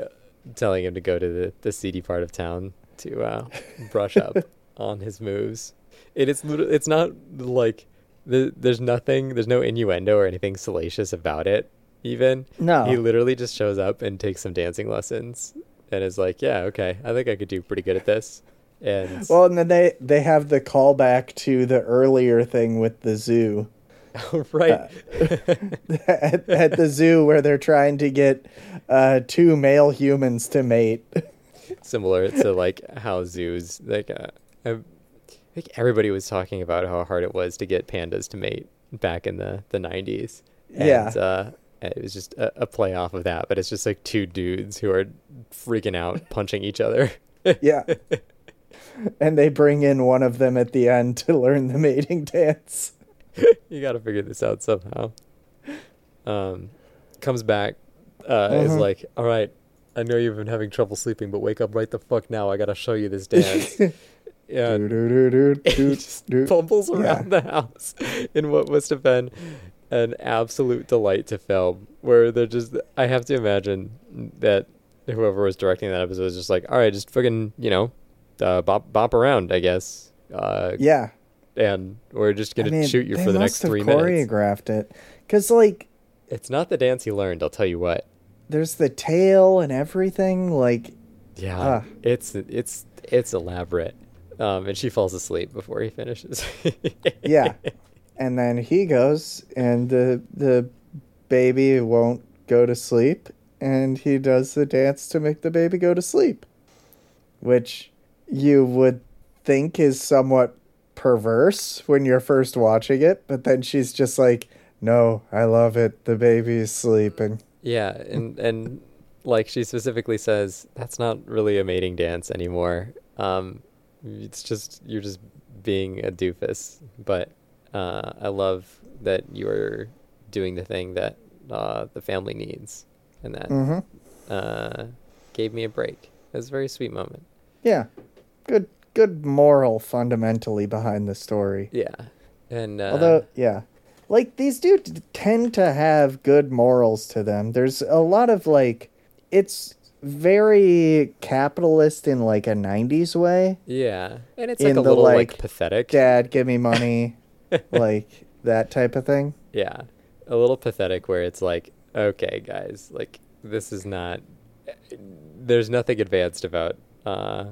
Speaker 1: telling him to go to the, the seedy part of town to uh, brush up on his moves. It is lit- it's not like the, there's nothing there's no innuendo or anything salacious about it even.
Speaker 2: No.
Speaker 1: He literally just shows up and takes some dancing lessons and is like, "Yeah, okay. I think I could do pretty good at this." And
Speaker 2: Well, and then they they have the callback to the earlier thing with the zoo.
Speaker 1: right.
Speaker 2: uh, at, at the zoo where they're trying to get uh, two male humans to mate.
Speaker 1: similar to like how zoos like uh, I think everybody was talking about how hard it was to get pandas to mate back in the the 90s. And,
Speaker 2: Yeah.
Speaker 1: uh, it was just a, a play off of that, but it's just like two dudes who are freaking out, punching each other.
Speaker 2: Yeah. and they bring in one of them at the end to learn the mating dance.
Speaker 1: you got to figure this out somehow. Um, comes back, uh, is
Speaker 2: Mhm.
Speaker 1: like, all right, I know you've been having trouble sleeping, but wake up right the fuck now. I got to show you this dance. yeah. he just bumbles around the house in what must have been an absolute delight to film. Where they're just, I have to imagine that whoever was directing that episode was just like, all right, just fucking, you know, uh, bop bop around, I guess. Uh,
Speaker 2: Yeah.
Speaker 1: And we're just gonna
Speaker 2: I mean,
Speaker 1: shoot you
Speaker 2: they
Speaker 1: for the
Speaker 2: must
Speaker 1: next
Speaker 2: have
Speaker 1: three minutes.
Speaker 2: choreographed it. Because, like,
Speaker 1: It's not the dance he learned, I'll tell you what.
Speaker 2: there's the tail and everything. Like,
Speaker 1: Yeah,
Speaker 2: Ah.
Speaker 1: it's it's it's elaborate. Um, and she falls asleep before he finishes.
Speaker 2: yeah. and then he goes, and the the baby won't go to sleep, and he does the dance to make the baby go to sleep, which you would think is somewhat perverse when you're first watching it, but then she's just like, "No, I love it. The baby's sleeping."
Speaker 1: Yeah, and and like she specifically says, that's not really a mating dance anymore. Um, it's just you're just being a doofus. But uh, I love that you're doing the thing that uh, the family needs, and that
Speaker 2: Mm-hmm.
Speaker 1: uh, gave me a break. It was a very sweet moment.
Speaker 2: Yeah, good good moral fundamentally behind the story.
Speaker 1: Yeah, and uh,
Speaker 2: Although, yeah, like these do t- tend to have good morals to them. There's a lot of like, it's very capitalist in like a '90s way.
Speaker 1: yeah, and it's
Speaker 2: in
Speaker 1: like a
Speaker 2: the,
Speaker 1: little like,
Speaker 2: like,
Speaker 1: pathetic.
Speaker 2: Dad, give me money, like that type of thing.
Speaker 1: Yeah. A little pathetic where it's like, okay, guys, like this is not there's nothing advanced about uh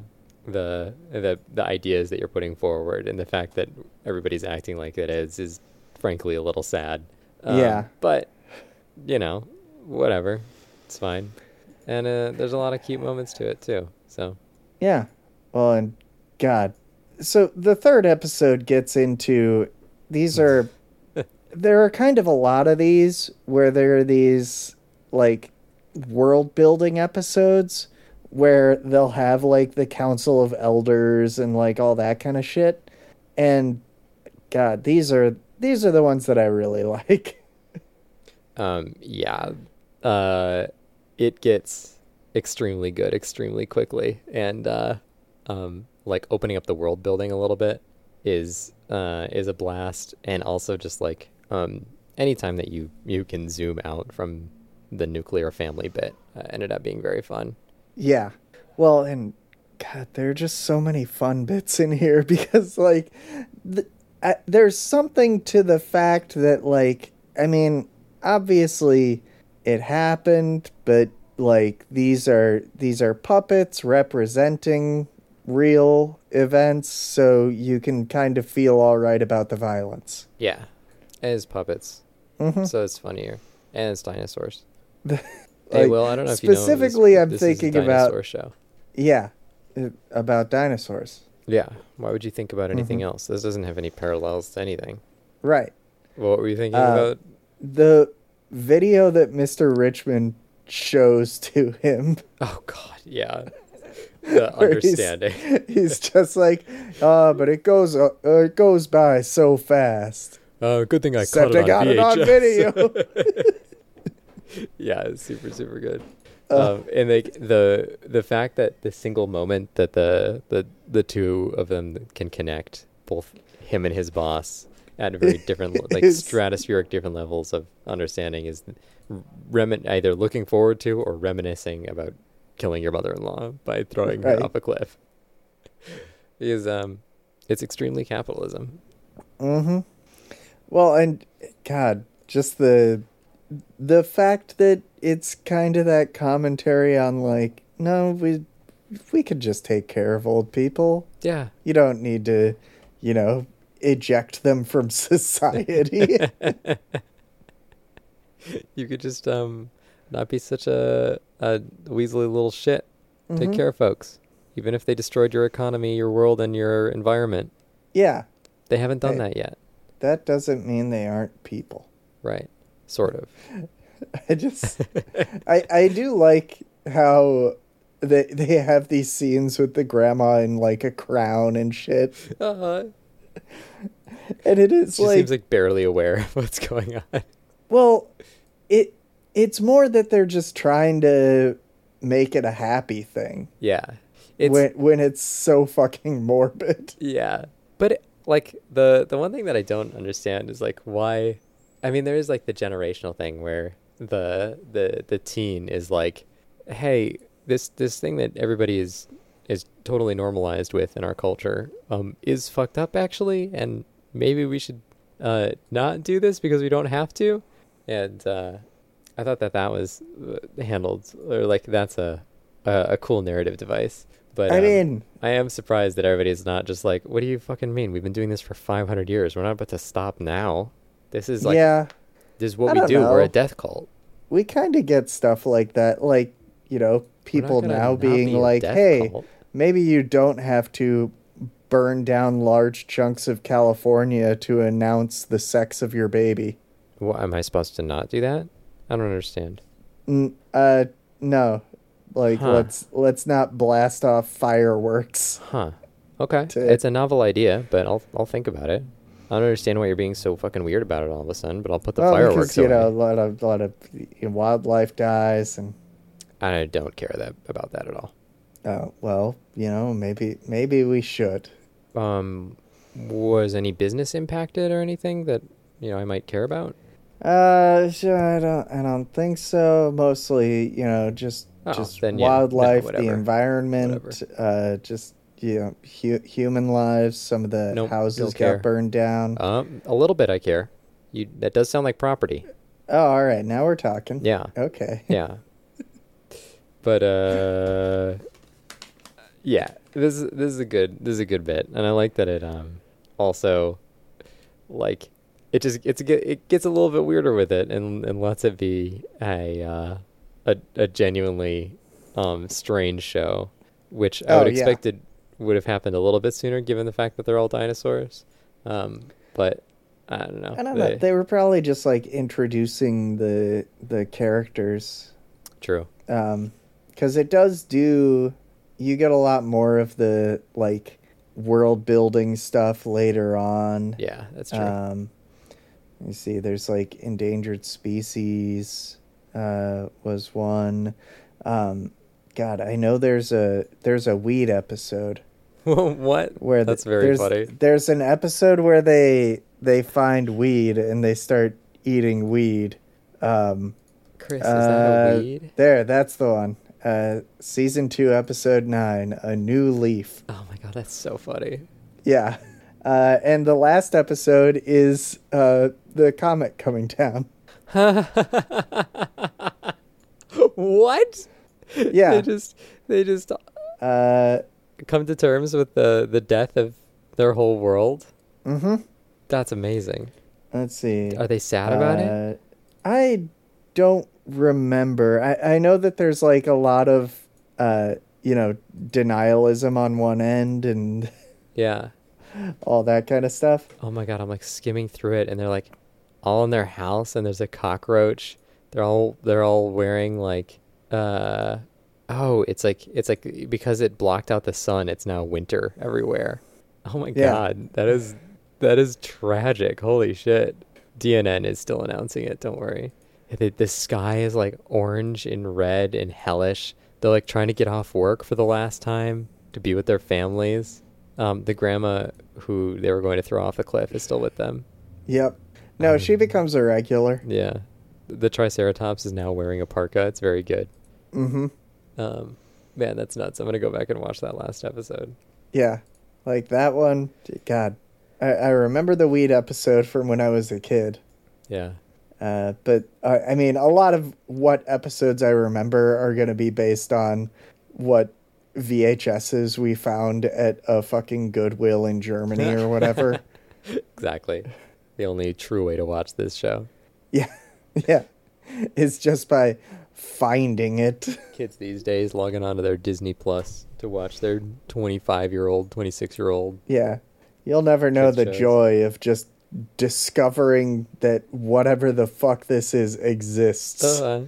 Speaker 1: the the the ideas that you're putting forward and the fact that everybody's acting like it is is frankly a little sad. Um,
Speaker 2: Yeah.
Speaker 1: But you know, whatever. It's fine. And uh, there's a lot of cute moments to it too. So
Speaker 2: Yeah. Well, and God. So the third episode gets into these are there are kind of a lot of these where there are these like world building episodes where they'll have like the council of elders and like all that kind of shit. And God, these are these are the ones that I really like.
Speaker 1: Um, yeah. Uh, it gets extremely good extremely quickly. And uh, um, like opening up the world building a little bit is uh, is a blast. And also just like um, anytime that you, you can zoom out from the nuclear family bit uh, ended up being very fun.
Speaker 2: Yeah. Well, and God, there are just so many fun bits in here because, like, th- I, there's something to the fact that, like, I mean, obviously it happened, but like these are these are puppets representing real events, so you can kind of feel all right about the violence.
Speaker 1: Yeah. And it's puppets.
Speaker 2: Mhm.
Speaker 1: So it's funnier. And it's dinosaurs.
Speaker 2: The-
Speaker 1: Hey,
Speaker 2: like,
Speaker 1: well, I don't know if
Speaker 2: specifically,
Speaker 1: you know
Speaker 2: I'm
Speaker 1: this, this
Speaker 2: thinking
Speaker 1: is a
Speaker 2: about-
Speaker 1: dinosaur show.
Speaker 2: Yeah, uh, about dinosaurs,
Speaker 1: Yeah. Why would you think
Speaker 2: Mm-hmm.
Speaker 1: about anything else? This doesn't have any parallels to anything.
Speaker 2: right?
Speaker 1: What were you thinking
Speaker 2: Uh,
Speaker 1: about?
Speaker 2: the video that Mr. Richmond shows to him.
Speaker 1: Oh God, yeah. The
Speaker 2: where he's-
Speaker 1: understanding.
Speaker 2: He's, just like, uh, but it goes uh, uh, it goes by so fast.
Speaker 1: Uh, good thing I
Speaker 2: Except
Speaker 1: caught
Speaker 2: I
Speaker 1: it on
Speaker 2: got it on
Speaker 1: VHS.
Speaker 2: video.
Speaker 1: yeah, it's super super good.
Speaker 2: Uh.
Speaker 1: um, and like the the fact that the single moment that the the the two of them can connect, both him and his boss, at very different le- like
Speaker 2: It's-
Speaker 1: stratospheric different levels of understanding is remin either looking forward to or reminiscing about killing your mother-in-law by throwing
Speaker 2: Right.
Speaker 1: her off a cliff. Because um, it's extremely capitalism.
Speaker 2: Mm-hmm. Well, and God, just the the fact that it's kind of that commentary on like, no, we we could just take care of old people.
Speaker 1: Yeah.
Speaker 2: You don't need to, you know, eject them from society.
Speaker 1: You could just um, not be such a, a weaselly little shit. Take
Speaker 2: Mhm.
Speaker 1: care of folks. Even if they destroyed your economy, your world, and your environment,
Speaker 2: Yeah,
Speaker 1: they haven't done
Speaker 2: Right.
Speaker 1: that yet.
Speaker 2: that doesn't mean they aren't people.
Speaker 1: Right. Sort of.
Speaker 2: I just I I do like how they they have these scenes with the grandma in like a crown and shit.
Speaker 1: Uh,
Speaker 2: And it is
Speaker 1: she
Speaker 2: Uh-huh. like,
Speaker 1: seems like barely aware of what's going on.
Speaker 2: well it it's more that they're just trying to make it a happy thing
Speaker 1: Yeah. It's
Speaker 2: when when it's so fucking morbid.
Speaker 1: Yeah, but it- like the the one thing that I don't understand is like why. I mean, there is like the generational thing where the the the teen is like, hey, this this thing that everybody is is totally normalized with in our culture um, is fucked up actually, and maybe we should uh, not do this because we don't have to. And uh, I thought that that was uh, handled or like that's a a, a cool narrative device. But
Speaker 2: I
Speaker 1: um,
Speaker 2: mean,
Speaker 1: I am surprised that everybody's not just like, what do you fucking mean? We've been doing this for 500 years. We're not about to stop now. This is like,
Speaker 2: yeah,
Speaker 1: this is
Speaker 2: I
Speaker 1: what we
Speaker 2: don't
Speaker 1: do. We're a
Speaker 2: know.
Speaker 1: death cult.
Speaker 2: we kind of get stuff like that like, you know,
Speaker 1: We're not
Speaker 2: people
Speaker 1: gonna
Speaker 2: now
Speaker 1: not
Speaker 2: being
Speaker 1: be a
Speaker 2: like,
Speaker 1: death
Speaker 2: "Hey,
Speaker 1: cult."
Speaker 2: maybe you don't have to burn down large chunks of California to announce the sex of your baby.
Speaker 1: Wha- am I supposed to not do that? I don't understand.
Speaker 2: N- uh, no, like
Speaker 1: Huh.
Speaker 2: let's let's not blast off fireworks.
Speaker 1: Huh. Okay.
Speaker 2: To-
Speaker 1: It's a novel idea, but I'll, I'll think about it. I don't understand why you're being so fucking weird about it all of a sudden, but I'll put the
Speaker 2: Well,
Speaker 1: fireworks
Speaker 2: because you
Speaker 1: away.
Speaker 2: know a lot of lot of you know, wildlife dies, and
Speaker 1: I don't care that about that at all.
Speaker 2: uh, well, you know maybe maybe we should.
Speaker 1: Um, was any business impacted or anything that, you know, I might care about?
Speaker 2: Uh, sure, I don't, I don't think so. Mostly, you know, just
Speaker 1: Oh,
Speaker 2: just
Speaker 1: then, yeah. No,
Speaker 2: wildlife, the
Speaker 1: whatever.
Speaker 2: environment, uh, just you know, hu- human lives. Some of the
Speaker 1: Nope,
Speaker 2: houses
Speaker 1: don't
Speaker 2: got
Speaker 1: care.
Speaker 2: burned down.
Speaker 1: Um, a little bit I care. You that does sound like property.
Speaker 2: oh, all right, now we're talking.
Speaker 1: Yeah.
Speaker 2: Okay.
Speaker 1: Yeah. but uh yeah, this is this is a good this is a good bit and I like that it um also like it just it's a ge- it gets a little bit weirder with it and and lets it be a uh a, a genuinely um strange show which I
Speaker 2: Oh,
Speaker 1: would
Speaker 2: yeah.
Speaker 1: expect it would have happened a little bit sooner given the fact that they're all dinosaurs. Um but I don't know.
Speaker 2: I don't know.
Speaker 1: They-
Speaker 2: They were probably just like introducing the the characters,
Speaker 1: true.
Speaker 2: um, because it does do. You get a lot more of the like world building stuff later on.
Speaker 1: Yeah, that's true.
Speaker 2: Um, you see, there's like endangered species uh, was one. Um, God, I know there's a there's a weed episode
Speaker 1: what?
Speaker 2: where the-
Speaker 1: That's very
Speaker 2: there's,
Speaker 1: funny.
Speaker 2: There's an episode where they they find weed and they start eating weed. Um,
Speaker 1: Chris, is that
Speaker 2: uh,
Speaker 1: a weed?
Speaker 2: There, that's the one. Uh, season two, episode nine, a new leaf.
Speaker 1: Oh my god, that's so funny.
Speaker 2: Yeah. Uh, and the last episode is uh, the comet coming down.
Speaker 1: what?
Speaker 2: Yeah.
Speaker 1: They just they just
Speaker 2: Uh,
Speaker 1: come to terms with the the death of their whole world.
Speaker 2: mm-hmm.
Speaker 1: That's amazing.
Speaker 2: Let's see.
Speaker 1: Are they sad about it?
Speaker 2: Uh, I don't remember. I, I know that there's like a lot of, uh, you know, denialism on one end and
Speaker 1: Yeah.
Speaker 2: all that kind of stuff.
Speaker 1: Oh my god, I'm like skimming through it and they're like all in their house and there's a cockroach. They're all they're all wearing like uh oh, it's like it's like because it blocked out the sun, it's now winter everywhere. Oh my
Speaker 2: Yeah.
Speaker 1: god, that is that is tragic. Holy shit. DNN is still announcing it, don't worry. The, the sky is like orange and red and hellish. They're like trying to get off work for the last time to be with their families. Um, the grandma who they were going to throw off a cliff is still with them.
Speaker 2: Yep. No, she becomes a regular.
Speaker 1: Um, Yeah. The Triceratops is now wearing a parka. It's very good.
Speaker 2: Mm-hmm.
Speaker 1: Um, man, that's nuts. I'm going to go back and watch that last episode.
Speaker 2: Yeah. Like that one, God, I, I remember the weed episode from when I was a kid.
Speaker 1: Yeah.
Speaker 2: Uh, but uh, I mean, a lot of what episodes I remember are going to be based on what VHSs we found at a fucking Goodwill in Germany or whatever.
Speaker 1: Exactly. The only true way to watch this show.
Speaker 2: yeah. Yeah. It's just by finding it.
Speaker 1: Kids these days logging onto their Disney Plus to watch their 25 year old, 26 year old.
Speaker 2: Yeah. You'll never know
Speaker 1: Kids
Speaker 2: the
Speaker 1: shows.
Speaker 2: joy of just discovering that whatever the fuck this is exists.
Speaker 1: Uh,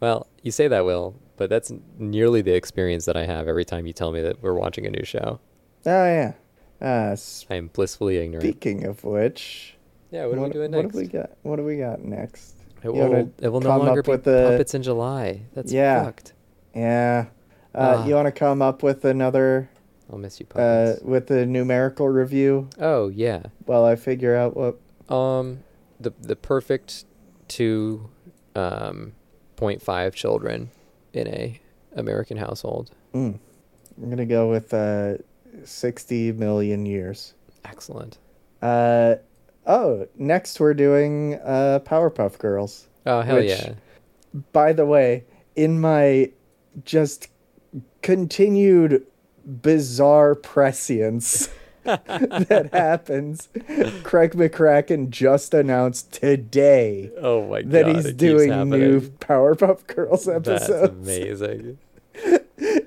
Speaker 1: well, you say that, Will, but that's nearly the experience that I have every time you tell me that we're watching a new show.
Speaker 2: oh, yeah. Uh,
Speaker 1: I am blissfully ignorant.
Speaker 2: speaking of which,
Speaker 1: yeah, what, are we doing
Speaker 2: what
Speaker 1: next?
Speaker 2: have we got? What do we got next?
Speaker 1: It
Speaker 2: You wanna
Speaker 1: will, it will no
Speaker 2: come
Speaker 1: longer
Speaker 2: up
Speaker 1: be
Speaker 2: with a-
Speaker 1: puppets in July. That's
Speaker 2: Yeah.
Speaker 1: fucked.
Speaker 2: Yeah. Uh,
Speaker 1: Ah.
Speaker 2: You want to come up with another
Speaker 1: I'll miss you,
Speaker 2: uh,
Speaker 1: puppets.
Speaker 2: with a numerical review
Speaker 1: oh yeah.
Speaker 2: while I figure out what?
Speaker 1: Um, the the perfect two, um, point five children in a American household.
Speaker 2: Mm. I'm gonna go with uh, sixty million years.
Speaker 1: Excellent.
Speaker 2: Uh, oh, next we're doing uh, Powerpuff Girls.
Speaker 1: Oh hell
Speaker 2: Which-
Speaker 1: yeah!
Speaker 2: By the way, in my just continued bizarre prescience that happens, Craig McCracken just announced today.
Speaker 1: Oh my
Speaker 2: that he's doing new Powerpuff Girls
Speaker 1: That's
Speaker 2: episodes.
Speaker 1: amazing.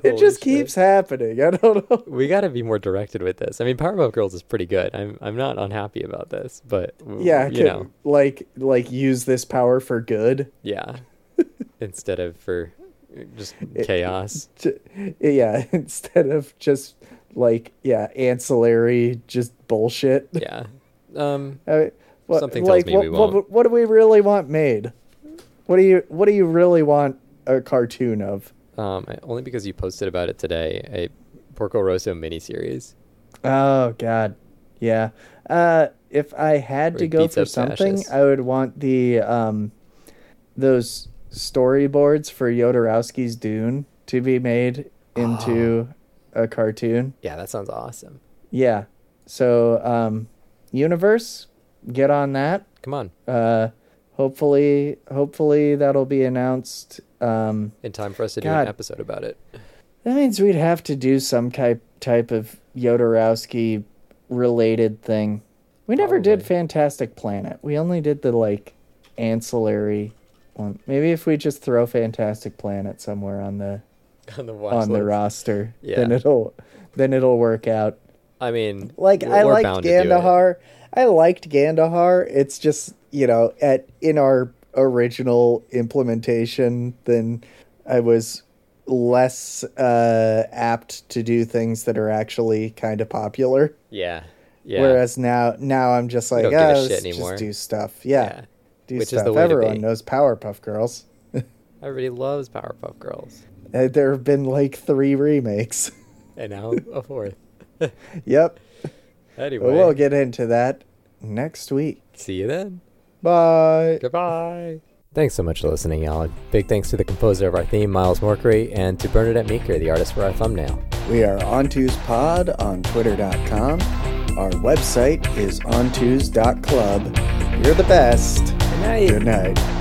Speaker 2: It just
Speaker 1: Holy shit.
Speaker 2: keeps happening. I don't know.
Speaker 1: We got to be more directed with this. I mean, Powerpuff Girls is pretty good. I'm I'm not unhappy about this, but w-
Speaker 2: Yeah,
Speaker 1: you
Speaker 2: can-
Speaker 1: know,
Speaker 2: like like use this power for good.
Speaker 1: yeah. Instead of for just chaos.
Speaker 2: J- Yeah, instead of just like yeah ancillary just bullshit.
Speaker 1: yeah. Um.
Speaker 2: I mean, what,
Speaker 1: Something tells
Speaker 2: like
Speaker 1: me
Speaker 2: what,
Speaker 1: we
Speaker 2: what-
Speaker 1: won't.
Speaker 2: what do we really want made? What do you what do you really want a cartoon of?
Speaker 1: Um. I- Only because you posted about it today. A Porco Rosso miniseries.
Speaker 2: Oh God, yeah. Uh, if I had
Speaker 1: Where
Speaker 2: to
Speaker 1: he
Speaker 2: go
Speaker 1: beats
Speaker 2: for
Speaker 1: up
Speaker 2: something,
Speaker 1: fascists.
Speaker 2: I would want the um, those storyboards for Yodorowski's Dune to be made into a cartoon.
Speaker 1: Yeah, that sounds awesome.
Speaker 2: Yeah. So, um, universe, get on that.
Speaker 1: Come on,
Speaker 2: Uh, hopefully, hopefully that'll be announced. Um,
Speaker 1: in time for us to do
Speaker 2: God.
Speaker 1: an episode about it.
Speaker 2: That means we'd have to do some type type of Yodorowski related thing. We never did
Speaker 1: Probably.
Speaker 2: Fantastic Planet. We only did the like ancillary one. Maybe if we just throw Fantastic Planet somewhere on the
Speaker 1: on the watch
Speaker 2: on the
Speaker 1: list.
Speaker 2: roster,
Speaker 1: Yeah.
Speaker 2: then it'll then it'll work out.
Speaker 1: I mean,
Speaker 2: Like
Speaker 1: we're,
Speaker 2: I
Speaker 1: we're
Speaker 2: liked
Speaker 1: bound to do it.
Speaker 2: Gandahar. I liked Gandahar. It's just you know at in our original implementation, then I was less uh, apt to do things that are actually kind of popular.
Speaker 1: Yeah, yeah.
Speaker 2: Whereas now, now I'm just like,
Speaker 1: don't
Speaker 2: oh,
Speaker 1: give a
Speaker 2: let's
Speaker 1: shit anymore."
Speaker 2: just do stuff. Yeah,
Speaker 1: yeah,
Speaker 2: do
Speaker 1: Which is
Speaker 2: stuff.
Speaker 1: the way to
Speaker 2: Everyone
Speaker 1: be.
Speaker 2: knows Powerpuff Girls.
Speaker 1: everybody loves Powerpuff Girls,
Speaker 2: Uh, there have been like three remakes.
Speaker 1: and now a fourth.
Speaker 2: yep,
Speaker 1: Anyway,
Speaker 2: But we'll get into that next week.
Speaker 1: see you then.
Speaker 2: Bye.
Speaker 1: Goodbye. Thanks so much for listening, y'all. And Big thanks to the composer of our theme, Miles Morkery, and to Bernadette Meeker, the artist for our thumbnail.
Speaker 2: We are Ontoos Pod on Twitter.com. Our website is ontoos.club. You're the best.
Speaker 1: Good night.
Speaker 2: Good night.